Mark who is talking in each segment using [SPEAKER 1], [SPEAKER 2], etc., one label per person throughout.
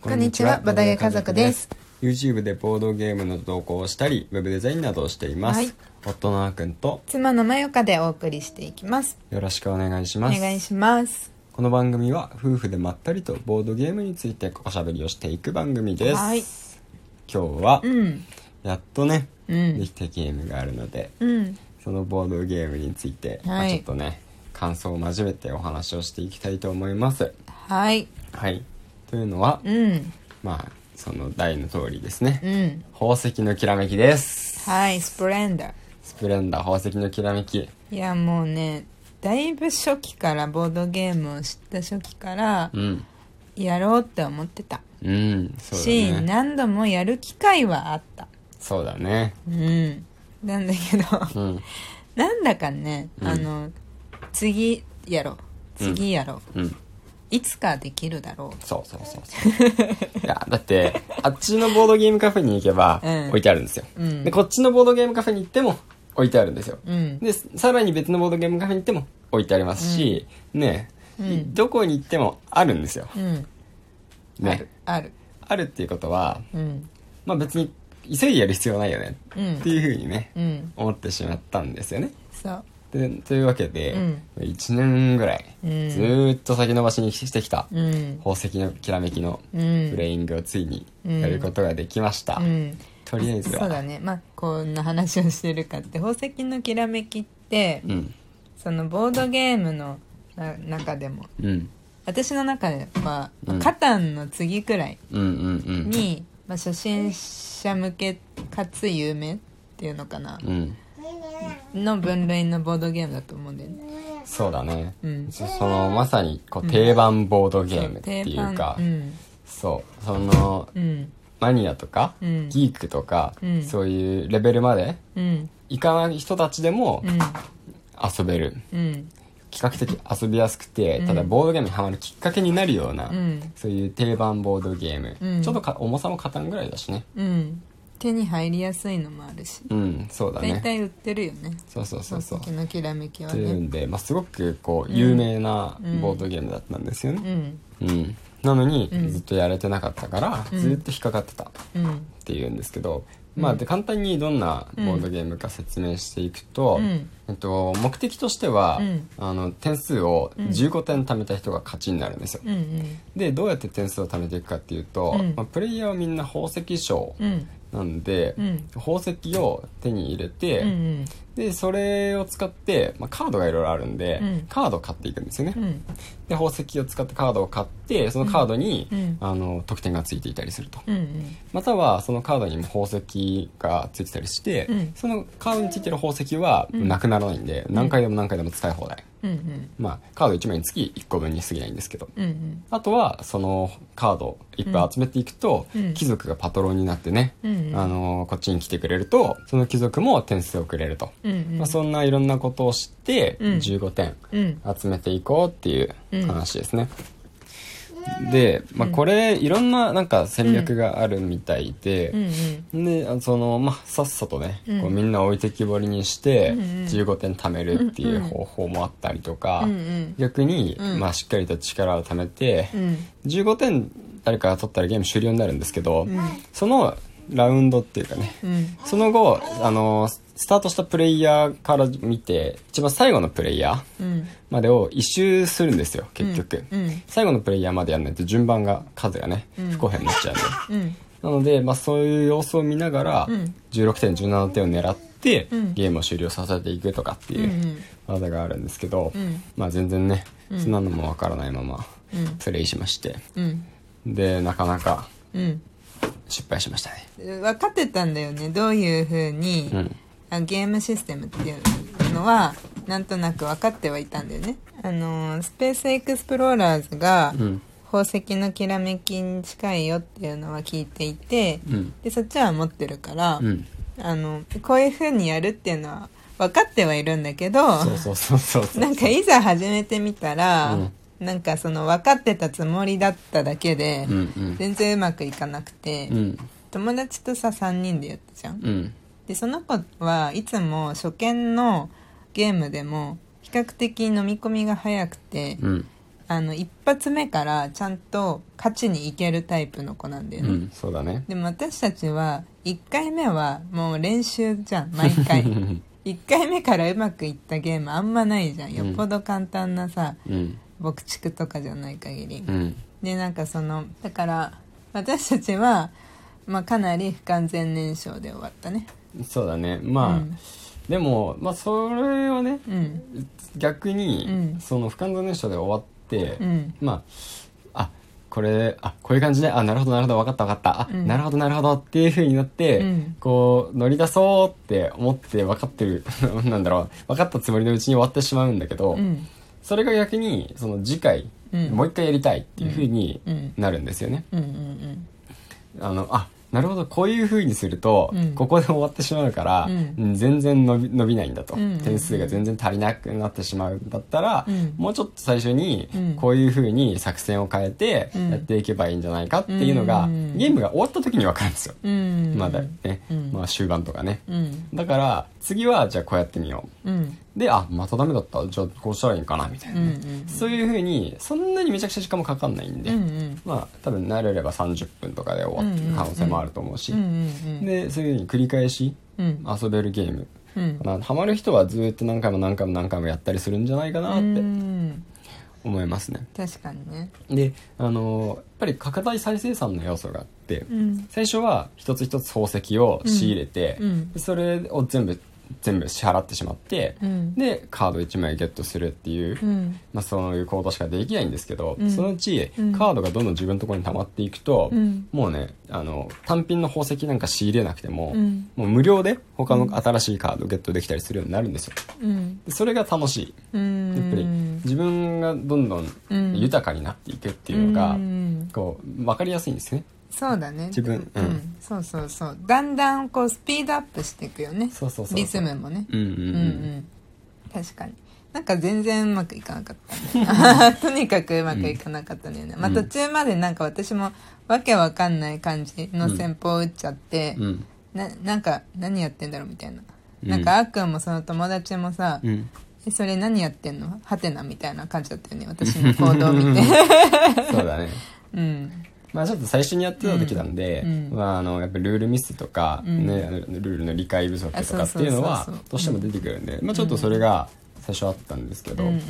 [SPEAKER 1] こんにちはバタゲ家族です
[SPEAKER 2] YouTube でボードゲームの投稿をしたりウェブデザインなどをしています、
[SPEAKER 1] はい
[SPEAKER 2] 夫のあーくんと
[SPEAKER 1] 妻のまよかでお送りしていきます
[SPEAKER 2] よろしくお願いし
[SPEAKER 1] お
[SPEAKER 2] ます
[SPEAKER 1] 願いします
[SPEAKER 2] この番組は夫婦でまったりとボードゲームについておしゃべりをしていく番組です、
[SPEAKER 1] はい
[SPEAKER 2] 今日は、
[SPEAKER 1] うん
[SPEAKER 2] やっとね、
[SPEAKER 1] うん
[SPEAKER 2] できたゲームがあるので、
[SPEAKER 1] うん
[SPEAKER 2] そのボードゲームについて、まあ
[SPEAKER 1] はい
[SPEAKER 2] ちょっとね感想を交えてお話をしていきたいと思います
[SPEAKER 1] はい
[SPEAKER 2] はいというのは、
[SPEAKER 1] うん
[SPEAKER 2] まあその題の通りですね、
[SPEAKER 1] うん
[SPEAKER 2] 宝石のきらめきです
[SPEAKER 1] はいスプレンダー
[SPEAKER 2] スプレンダー宝石のきらめき
[SPEAKER 1] いやもうねだいぶ初期からボードゲームを知った初期から
[SPEAKER 2] うん
[SPEAKER 1] やろうって思ってた、
[SPEAKER 2] うんそうだ
[SPEAKER 1] し
[SPEAKER 2] ね
[SPEAKER 1] 何度もやる機会はあった
[SPEAKER 2] そうだね
[SPEAKER 1] うんなんだけど
[SPEAKER 2] うん
[SPEAKER 1] なんだかね、あの次やろう次やろう、
[SPEAKER 2] うん
[SPEAKER 1] いつかできるだろう
[SPEAKER 2] そうそうそうそういやだ ってあっちのボードゲームカフェに行けば
[SPEAKER 1] うん
[SPEAKER 2] 置いてあるんですよ、
[SPEAKER 1] うん
[SPEAKER 2] でこっちのボードゲームカフェに行っても置いてあるんですよ、
[SPEAKER 1] うん
[SPEAKER 2] でさらに別のボードゲームカフェに行っても置いてありますし、ねえ、どこに行ってもあるんですよ、
[SPEAKER 1] うんあ
[SPEAKER 2] ね
[SPEAKER 1] る、ある
[SPEAKER 2] あるっていうことは、
[SPEAKER 1] うん
[SPEAKER 2] まあ、別に急いでやる必要ないよね
[SPEAKER 1] う
[SPEAKER 2] って
[SPEAKER 1] ん
[SPEAKER 2] いうふうにね、
[SPEAKER 1] うん
[SPEAKER 2] 思ってしまったんですよね
[SPEAKER 1] そう
[SPEAKER 2] でというわけで、
[SPEAKER 1] うん
[SPEAKER 2] 1年ぐらいず
[SPEAKER 1] うん
[SPEAKER 2] ーっと先延ばしにしてきた
[SPEAKER 1] うん
[SPEAKER 2] 宝石のきらめきの
[SPEAKER 1] うん
[SPEAKER 2] プレイングをついにやることができました、
[SPEAKER 1] うん
[SPEAKER 2] とりあえずは
[SPEAKER 1] そうだねまあこんな話をしてるかって宝石のきらめきって
[SPEAKER 2] うん
[SPEAKER 1] そのボードゲームのな中でも
[SPEAKER 2] うん
[SPEAKER 1] 私の中では、
[SPEAKER 2] うん
[SPEAKER 1] カタンの次くらい
[SPEAKER 2] うんうんうん
[SPEAKER 1] に、まあ、初心者向けかつ有名っていうのかな
[SPEAKER 2] うん
[SPEAKER 1] の分類のボードゲームだと思うんだよね
[SPEAKER 2] そうだね、
[SPEAKER 1] うん
[SPEAKER 2] そそのまさにこう定番ボードゲームっていうか、
[SPEAKER 1] うん
[SPEAKER 2] そうその
[SPEAKER 1] うん
[SPEAKER 2] マニアとか、
[SPEAKER 1] うん
[SPEAKER 2] ギークとか、
[SPEAKER 1] うん
[SPEAKER 2] そういうレベルまで
[SPEAKER 1] うん
[SPEAKER 2] いかない人たちでも
[SPEAKER 1] うん
[SPEAKER 2] 遊べる、
[SPEAKER 1] うん
[SPEAKER 2] 比較的遊びやすくて、
[SPEAKER 1] うん
[SPEAKER 2] ただボードゲームにハマるきっかけになるような、
[SPEAKER 1] うん
[SPEAKER 2] そういう定番ボードゲーム、
[SPEAKER 1] うん
[SPEAKER 2] ちょっとか重さも勝たんぐらいだしね
[SPEAKER 1] うん手に入りやすいのもあるし
[SPEAKER 2] うんそうだ
[SPEAKER 1] 大
[SPEAKER 2] ね
[SPEAKER 1] 体売ってるよね
[SPEAKER 2] そうそうそうそう
[SPEAKER 1] 宝石のきらめきは
[SPEAKER 2] とい
[SPEAKER 1] ね
[SPEAKER 2] うんで、まあ、すごくこう有名なボードゲームだったんですよ
[SPEAKER 1] う
[SPEAKER 2] ね、
[SPEAKER 1] ん
[SPEAKER 2] うんなのに、
[SPEAKER 1] うん
[SPEAKER 2] ずっとやれてなかったから、
[SPEAKER 1] うん
[SPEAKER 2] ずっと引っかかってたっ
[SPEAKER 1] うん
[SPEAKER 2] ていうんですけど、まあ、で簡単にどんなボードゲームか説明していくと、
[SPEAKER 1] うん
[SPEAKER 2] えっと、目的としては、
[SPEAKER 1] うん
[SPEAKER 2] あの点数を15点貯めた人が勝ちになるんですよ、
[SPEAKER 1] うんうん
[SPEAKER 2] でどうやって点数を貯めていくかっていうと、
[SPEAKER 1] うん
[SPEAKER 2] まあ、プレイヤーはみんな宝石商
[SPEAKER 1] うん
[SPEAKER 2] なんで、
[SPEAKER 1] うん
[SPEAKER 2] 宝石を手に入れて、
[SPEAKER 1] うんうん
[SPEAKER 2] でそれを使って、まあ、カードがいろいろあるんで、
[SPEAKER 1] うん
[SPEAKER 2] カードを買っていくんですよね、
[SPEAKER 1] うん
[SPEAKER 2] で宝石を使ってカードを買ってそのカードに、
[SPEAKER 1] うん
[SPEAKER 2] あの得点がついていたりすると
[SPEAKER 1] うんうん
[SPEAKER 2] またはそのカードにも宝石がついてたりして、
[SPEAKER 1] うん
[SPEAKER 2] そのカードについてる宝石は
[SPEAKER 1] うん
[SPEAKER 2] なくならないんで、何回でも何回でも使い放題
[SPEAKER 1] うんうん
[SPEAKER 2] まあカード1枚につき1個分に過ぎないんですけど
[SPEAKER 1] うんうん
[SPEAKER 2] あとはそのカードいっぱい集めていくと、
[SPEAKER 1] うん
[SPEAKER 2] 貴族がパトロンになってね、
[SPEAKER 1] うんうん
[SPEAKER 2] あのこっちに来てくれるとその貴族も点数をくれると、
[SPEAKER 1] うん
[SPEAKER 2] まあ、そんないろんなことを知って
[SPEAKER 1] うん
[SPEAKER 2] 15点
[SPEAKER 1] うん
[SPEAKER 2] 集めていこうっていう話ですね、で、まあ、これいろんななんか戦略があるみたい
[SPEAKER 1] うんう
[SPEAKER 2] で、
[SPEAKER 1] ん
[SPEAKER 2] であその、まあ、さっさとね、
[SPEAKER 1] うん
[SPEAKER 2] こうみんな置いてきぼりにして
[SPEAKER 1] うんうん
[SPEAKER 2] 15点貯めるっていう方法もあったりとか、
[SPEAKER 1] うんうん
[SPEAKER 2] 逆に、
[SPEAKER 1] うん
[SPEAKER 2] まあ、しっかりと力を貯めて、
[SPEAKER 1] うん
[SPEAKER 2] 15点誰かが取ったらゲーム終了になるんですけど、
[SPEAKER 1] ん
[SPEAKER 2] そのラウンドっていうかね、
[SPEAKER 1] うん
[SPEAKER 2] その後、あのスタートしたプレイヤーから見て一番最後のプレイヤー
[SPEAKER 1] うん
[SPEAKER 2] までを一周するんですよ結局、
[SPEAKER 1] うん
[SPEAKER 2] 最後のプレイヤーまでやんないと順番が数がね
[SPEAKER 1] うん
[SPEAKER 2] 不公平になっちゃうんで、
[SPEAKER 1] うん
[SPEAKER 2] なので、まあ、そういう様子を見ながら、
[SPEAKER 1] うん
[SPEAKER 2] 16点17点を狙って、
[SPEAKER 1] うん
[SPEAKER 2] ゲームを終了させていくとかって
[SPEAKER 1] うん
[SPEAKER 2] い
[SPEAKER 1] う
[SPEAKER 2] うん技があるんですけど、
[SPEAKER 1] うん
[SPEAKER 2] まあ全然ねそんなのもわからないまま
[SPEAKER 1] うん
[SPEAKER 2] プレイしまして、
[SPEAKER 1] うん
[SPEAKER 2] でなかなか
[SPEAKER 1] うん
[SPEAKER 2] 失敗しましたね
[SPEAKER 1] 分かってたんだよねどういうふうに、
[SPEAKER 2] うん
[SPEAKER 1] あゲームシステムっていうのはなんとなく分かってはいたんだよねあのースペースエクスプローラーズが
[SPEAKER 2] うん
[SPEAKER 1] 宝石のきらめきに近いよっていうのは聞いていて、
[SPEAKER 2] うん
[SPEAKER 1] でそっちは持ってるから、
[SPEAKER 2] うん
[SPEAKER 1] あのこういうふうにやるっていうのは分かってはいるんだけど
[SPEAKER 2] そうそうそうそうそう
[SPEAKER 1] なんかいざ始めてみたら、
[SPEAKER 2] うん
[SPEAKER 1] なんかその分かってたつもりだっただけで、
[SPEAKER 2] うんうん
[SPEAKER 1] 全然うまくいかなくて、
[SPEAKER 2] うん
[SPEAKER 1] 友達とさ3人でやったじゃん、
[SPEAKER 2] うん
[SPEAKER 1] でその子はいつも初見のゲームでも比較的飲み込みが早くて、
[SPEAKER 2] うん
[SPEAKER 1] あの一発目からちゃんと勝ちにいけるタイプの子なんだよ
[SPEAKER 2] う
[SPEAKER 1] ね、
[SPEAKER 2] んそうだね
[SPEAKER 1] でも私たちは1回目はもう練習じゃん毎 回1回目からうまくいったゲームあんまないじゃんよっぽど簡単なさ、
[SPEAKER 2] うん
[SPEAKER 1] 牧畜とかじゃない限り、
[SPEAKER 2] うん
[SPEAKER 1] でなんかそのだから私たちは、まあ、かなり不完全燃焼で終わったね
[SPEAKER 2] そうだねまあ、
[SPEAKER 1] うん
[SPEAKER 2] でもまあそれはね
[SPEAKER 1] うん
[SPEAKER 2] 逆に、
[SPEAKER 1] うん
[SPEAKER 2] その不完全燃焼で終わって、
[SPEAKER 1] うん
[SPEAKER 2] まああこれあこういう感じであなるほどなるほど分かった分かったあ、
[SPEAKER 1] うん
[SPEAKER 2] なるほどなるほどっていうふうになって、
[SPEAKER 1] うん
[SPEAKER 2] こう乗り出そうって思って分かってる なんだろう分かったつもりのうちに終わってしまうんだけど、
[SPEAKER 1] うん
[SPEAKER 2] それが逆にその次回、
[SPEAKER 1] うん
[SPEAKER 2] もう一回やりたいっていうふうに
[SPEAKER 1] うん
[SPEAKER 2] なるんですよね。
[SPEAKER 1] うんうん
[SPEAKER 2] あのあなるほどこういうふうにすると、
[SPEAKER 1] うん
[SPEAKER 2] ここで終わってしまうから、
[SPEAKER 1] う
[SPEAKER 2] う
[SPEAKER 1] ん
[SPEAKER 2] ん全然伸び伸びないんだと、
[SPEAKER 1] うんうんうん
[SPEAKER 2] 点数が全然足りなくなってしまうんだったら、
[SPEAKER 1] うん
[SPEAKER 2] もうちょっと最初に
[SPEAKER 1] うん
[SPEAKER 2] こういうふうに作戦を変えて
[SPEAKER 1] うん
[SPEAKER 2] やっていけばいいんじゃないかっていうのが、
[SPEAKER 1] うん
[SPEAKER 2] ゲームが終わった時に分かるんですよ、
[SPEAKER 1] うんうん
[SPEAKER 2] まだね、
[SPEAKER 1] うん
[SPEAKER 2] まあ、終盤とかね
[SPEAKER 1] うん
[SPEAKER 2] だから次はじゃあこうやってみよ
[SPEAKER 1] うん
[SPEAKER 2] うであまたダメだったじゃあこうしたらいいんかなみたい
[SPEAKER 1] うんう
[SPEAKER 2] な、ね
[SPEAKER 1] ん
[SPEAKER 2] そういうふうにそんなにめちゃくちゃ時間もかかんないんで、
[SPEAKER 1] うんうん
[SPEAKER 2] まあ多分慣れれば30分とかで終わってる可能性もあると思うし、
[SPEAKER 1] うんうん
[SPEAKER 2] でそういうふうに繰り返し
[SPEAKER 1] うん
[SPEAKER 2] 遊べるゲーム
[SPEAKER 1] うん
[SPEAKER 2] かなハマる人はずっと何回も何回も何回もやったりするんじゃないかなっ
[SPEAKER 1] う
[SPEAKER 2] て
[SPEAKER 1] ん
[SPEAKER 2] 思いますね
[SPEAKER 1] 確かにね
[SPEAKER 2] であのーやっぱり拡大再生産の要素があって、
[SPEAKER 1] うん
[SPEAKER 2] 最初は一つ一つ宝石を仕入れて、
[SPEAKER 1] うんうん
[SPEAKER 2] でそれを全部全部支払ってしまって、
[SPEAKER 1] うん
[SPEAKER 2] でカード1枚ゲットするっていう、
[SPEAKER 1] うん
[SPEAKER 2] まあ、そういう行動しかできないんですけど、
[SPEAKER 1] うん
[SPEAKER 2] そのうち
[SPEAKER 1] うん
[SPEAKER 2] カードがどんどん自分のところに溜まっていくと、
[SPEAKER 1] うん
[SPEAKER 2] もうねあの単品の宝石なんか仕入れなくても、
[SPEAKER 1] うん
[SPEAKER 2] もう無料で他の新しいカードをゲットできたりするようになるんですよ
[SPEAKER 1] うん
[SPEAKER 2] でそれが楽し
[SPEAKER 1] う
[SPEAKER 2] い
[SPEAKER 1] ん
[SPEAKER 2] やっぱり自分がどんど
[SPEAKER 1] うん
[SPEAKER 2] ん豊かになっていくっていうのが、
[SPEAKER 1] うん
[SPEAKER 2] こう分かりやすいんですね
[SPEAKER 1] そうだね
[SPEAKER 2] 自分
[SPEAKER 1] う
[SPEAKER 2] うんん
[SPEAKER 1] そうそうそうだんだんこうスピードアップしていくよね
[SPEAKER 2] そうそうそうそう
[SPEAKER 1] リズムもね
[SPEAKER 2] うんうん
[SPEAKER 1] う
[SPEAKER 2] うんん、
[SPEAKER 1] うん確かになんか全然うまくいかなかった ねとにかくうまくいかなかったんだよね、まあ
[SPEAKER 2] うん
[SPEAKER 1] 途中までなんか私もわけわかんない感じの戦法を打っちゃって、
[SPEAKER 2] うん
[SPEAKER 1] ななんか何やってんだろうみたいな、
[SPEAKER 2] うん
[SPEAKER 1] なんかあーくんもその友達もさ、
[SPEAKER 2] うん
[SPEAKER 1] えそれ何やってんのハテナみたいな感じだったよね私の行動を見て
[SPEAKER 2] そうだね
[SPEAKER 1] うん
[SPEAKER 2] まあちょっと最初にやってた時なんで、
[SPEAKER 1] うんうん
[SPEAKER 2] まあ、あのやっぱルールミスとか、
[SPEAKER 1] うん
[SPEAKER 2] ね、あのルールの理解不足
[SPEAKER 1] あ
[SPEAKER 2] と
[SPEAKER 1] そう
[SPEAKER 2] かって
[SPEAKER 1] そうそうそう
[SPEAKER 2] いうのはどうしても出てくるんで、まあ、ちょっとそれが最初あったんですけ
[SPEAKER 1] う
[SPEAKER 2] ど、
[SPEAKER 1] んうんうん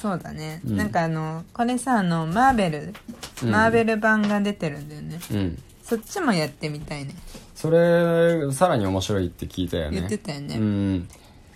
[SPEAKER 1] そうだね、
[SPEAKER 2] うん
[SPEAKER 1] なんかあのこれさあのマーベル
[SPEAKER 2] うん
[SPEAKER 1] マーベル版が出てるんだよね、
[SPEAKER 2] うん
[SPEAKER 1] そっちもやってみたいね
[SPEAKER 2] それさらに面白いって聞いたよね
[SPEAKER 1] 言ってたよね
[SPEAKER 2] うん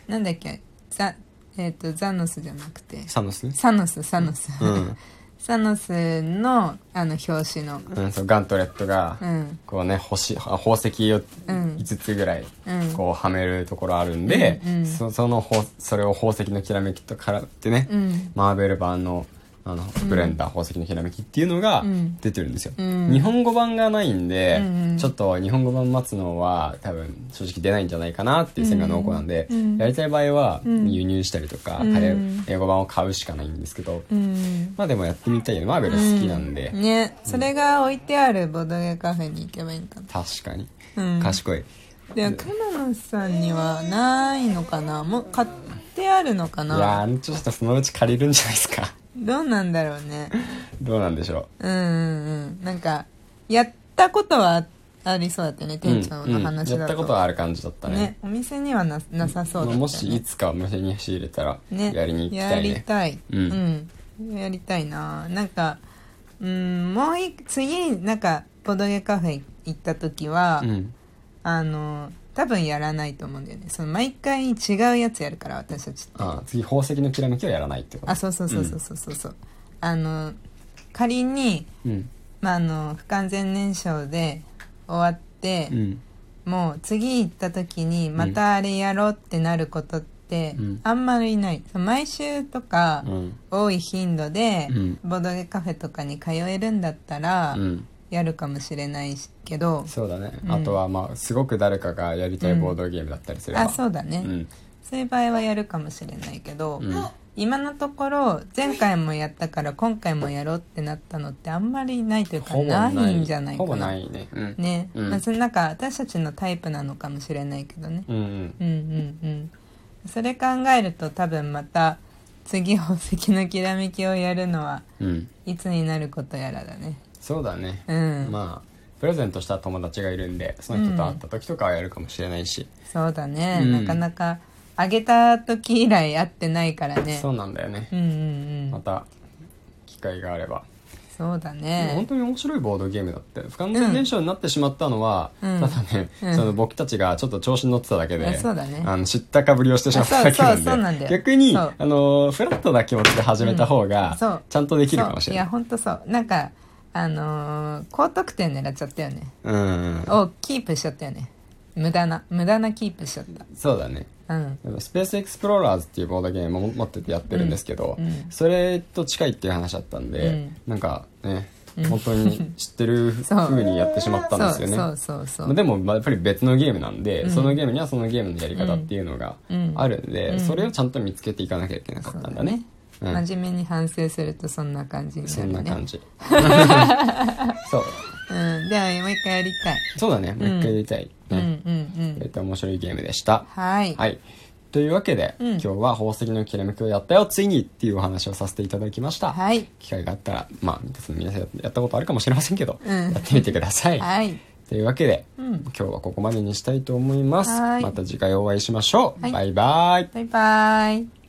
[SPEAKER 1] なんだっけザ,、えー、とザノスじゃなくて
[SPEAKER 2] サノス
[SPEAKER 1] サノスサノス、
[SPEAKER 2] うん、
[SPEAKER 1] サノスのあの表紙の
[SPEAKER 2] うん、そうガントレットが、
[SPEAKER 1] うん
[SPEAKER 2] こうね星あ宝石を
[SPEAKER 1] うん
[SPEAKER 2] 5つぐらい、
[SPEAKER 1] うん
[SPEAKER 2] こうはめるところあるんで、
[SPEAKER 1] うんうん
[SPEAKER 2] そそのほそれを宝石のきらめきとからってね、
[SPEAKER 1] うん
[SPEAKER 2] マーベル版のあのブレンダー宝石のひらめきっていうのが
[SPEAKER 1] うん
[SPEAKER 2] 出てるんですよ、
[SPEAKER 1] うん
[SPEAKER 2] 日本語版がないんで、
[SPEAKER 1] うんうん
[SPEAKER 2] ちょっと日本語版待つのは多分正直出ないんじゃないかなっていう線が濃厚なんで、
[SPEAKER 1] うん
[SPEAKER 2] やりたい場合は
[SPEAKER 1] ん
[SPEAKER 2] 輸入したりとか、
[SPEAKER 1] うん
[SPEAKER 2] 早い英語版を買うしかないんですけど、
[SPEAKER 1] うん
[SPEAKER 2] まあでもやってみたいよねマーベル好きなんで、
[SPEAKER 1] ねそれが置いてあるボドゲカフェに行けばいいんかな
[SPEAKER 2] 確かに、
[SPEAKER 1] うん
[SPEAKER 2] 賢い
[SPEAKER 1] でも熊野さんにはないのかなもう買ってあるのか
[SPEAKER 2] いや
[SPEAKER 1] な
[SPEAKER 2] ーちょっとそのうち借りるんじゃないです か
[SPEAKER 1] どうなんだろうね
[SPEAKER 2] どうなんでしょ
[SPEAKER 1] うんうんうんなんかやったことはありそうだったよね
[SPEAKER 2] ううん
[SPEAKER 1] 店長の話
[SPEAKER 2] うんや
[SPEAKER 1] だ
[SPEAKER 2] っ
[SPEAKER 1] と、
[SPEAKER 2] たことはある感じだったね
[SPEAKER 1] ねお店にはななさそうだったよね、
[SPEAKER 2] まあもしいつかお店に仕入れたら
[SPEAKER 1] ね
[SPEAKER 2] やりに行きたい
[SPEAKER 1] やり
[SPEAKER 2] ね
[SPEAKER 1] たい、
[SPEAKER 2] うん
[SPEAKER 1] うんやりたいななんかうんもうい次なんかボドゲカフェ行った時は、
[SPEAKER 2] うん
[SPEAKER 1] あの多分やらないと思うんだよねその毎回違うやつやるから私たちって
[SPEAKER 2] ああ次宝石のきらめきはやらないってこと
[SPEAKER 1] あそうそうそうそうそうそうそうあの仮に、
[SPEAKER 2] うん
[SPEAKER 1] まあ、あの不完全燃焼で終わって、
[SPEAKER 2] うん
[SPEAKER 1] もう次行った時にまたあれやろうってなることって
[SPEAKER 2] うん
[SPEAKER 1] あんまりない、その毎週とか
[SPEAKER 2] うん
[SPEAKER 1] 多い頻度で
[SPEAKER 2] うん
[SPEAKER 1] ボドゲカフェとかに通えるんだったら
[SPEAKER 2] うん
[SPEAKER 1] やるかもしれないしけど、
[SPEAKER 2] そうだね、
[SPEAKER 1] うん
[SPEAKER 2] あとはまあすごく誰かがやりたいボードゲームだったりすれば、
[SPEAKER 1] あそうだね、
[SPEAKER 2] うん
[SPEAKER 1] そういう場合はやるかもしれないけど、
[SPEAKER 2] うん
[SPEAKER 1] 今のところ前回もやったから今回もやろうってなったのってあんまりないというか
[SPEAKER 2] ほぼな
[SPEAKER 1] ないいんじゃないか
[SPEAKER 2] ほぼ
[SPEAKER 1] な
[SPEAKER 2] ないねうん、
[SPEAKER 1] ね、
[SPEAKER 2] うん
[SPEAKER 1] まあ、そのなんか私たちのタイプなのかもしれないけどね
[SPEAKER 2] うんうん
[SPEAKER 1] うんうんうんそれ考えると多分また次宝石のきらめきをやるのは
[SPEAKER 2] うん
[SPEAKER 1] いつになることやらだね
[SPEAKER 2] そうだね、
[SPEAKER 1] うん
[SPEAKER 2] まあプレゼントした友達がいるんでその人と会った時とかはやるかもしれないし、
[SPEAKER 1] そうだね、
[SPEAKER 2] うん
[SPEAKER 1] なかなかあげた時以来会ってないからね
[SPEAKER 2] そうなんだよね、
[SPEAKER 1] うんうんう
[SPEAKER 2] ま
[SPEAKER 1] ん
[SPEAKER 2] た機会があれば、
[SPEAKER 1] そうだ
[SPEAKER 2] でも
[SPEAKER 1] ね
[SPEAKER 2] 本当に面白いボードゲームだって不完全燃焼になってしまったのは、
[SPEAKER 1] うん
[SPEAKER 2] ただね、
[SPEAKER 1] うん
[SPEAKER 2] その僕たちがちょっと調子に乗ってただけで、
[SPEAKER 1] あそうだね
[SPEAKER 2] あの知ったかぶりをしてしまっただけなん
[SPEAKER 1] あそ
[SPEAKER 2] で
[SPEAKER 1] うそうそうなんだよ
[SPEAKER 2] 逆に
[SPEAKER 1] そ
[SPEAKER 2] あ
[SPEAKER 1] う
[SPEAKER 2] のフラットな気持ちで始めた方
[SPEAKER 1] う
[SPEAKER 2] が
[SPEAKER 1] んそう
[SPEAKER 2] ちゃんとできるかもしれない
[SPEAKER 1] そういや、ほんとそうなんかあのー高得点狙っちゃったよね
[SPEAKER 2] うん
[SPEAKER 1] をキープしちゃったよね無駄な無駄なキープしちゃっ
[SPEAKER 2] そうだね
[SPEAKER 1] たうん
[SPEAKER 2] スペースエクスプローラーズっていうボードゲームを持っててやってるんですけど、
[SPEAKER 1] うんうん
[SPEAKER 2] それと近いっていう話だったんで、
[SPEAKER 1] うん
[SPEAKER 2] なんかね本当に知ってる
[SPEAKER 1] そう
[SPEAKER 2] 風にやってしまったんですよね
[SPEAKER 1] そうそうそ
[SPEAKER 2] まあ
[SPEAKER 1] うそう
[SPEAKER 2] でもまあやっぱり別のゲームなんで、
[SPEAKER 1] うん
[SPEAKER 2] そのゲームにはそのゲームのやり方っていうのが
[SPEAKER 1] うん
[SPEAKER 2] あるんで、
[SPEAKER 1] うん
[SPEAKER 2] それをちゃんと見つけていかなきゃいけなかったんだねうん
[SPEAKER 1] 真面目に反省するとそんな感じに
[SPEAKER 2] そんな
[SPEAKER 1] なるね
[SPEAKER 2] 感じ そう
[SPEAKER 1] うんではもう一回やりたい
[SPEAKER 2] そうだねもう一回やりたい、
[SPEAKER 1] うん
[SPEAKER 2] ね
[SPEAKER 1] うんうん
[SPEAKER 2] えっと面白いゲームでした
[SPEAKER 1] はい
[SPEAKER 2] はいというわけで、
[SPEAKER 1] うん
[SPEAKER 2] 今日は宝石のきらめきをやったよついにっていうお話をさせていただきました、
[SPEAKER 1] はい
[SPEAKER 2] 機会があったらまあ皆さん皆さんやったことあるかもしれませんけど、
[SPEAKER 1] うん
[SPEAKER 2] やってみてください、
[SPEAKER 1] はい
[SPEAKER 2] というわけで、
[SPEAKER 1] うん
[SPEAKER 2] 今日はここまでにしたいと思います
[SPEAKER 1] はい
[SPEAKER 2] また次回お会いしましょう、
[SPEAKER 1] はい
[SPEAKER 2] バイバイ
[SPEAKER 1] バイバイ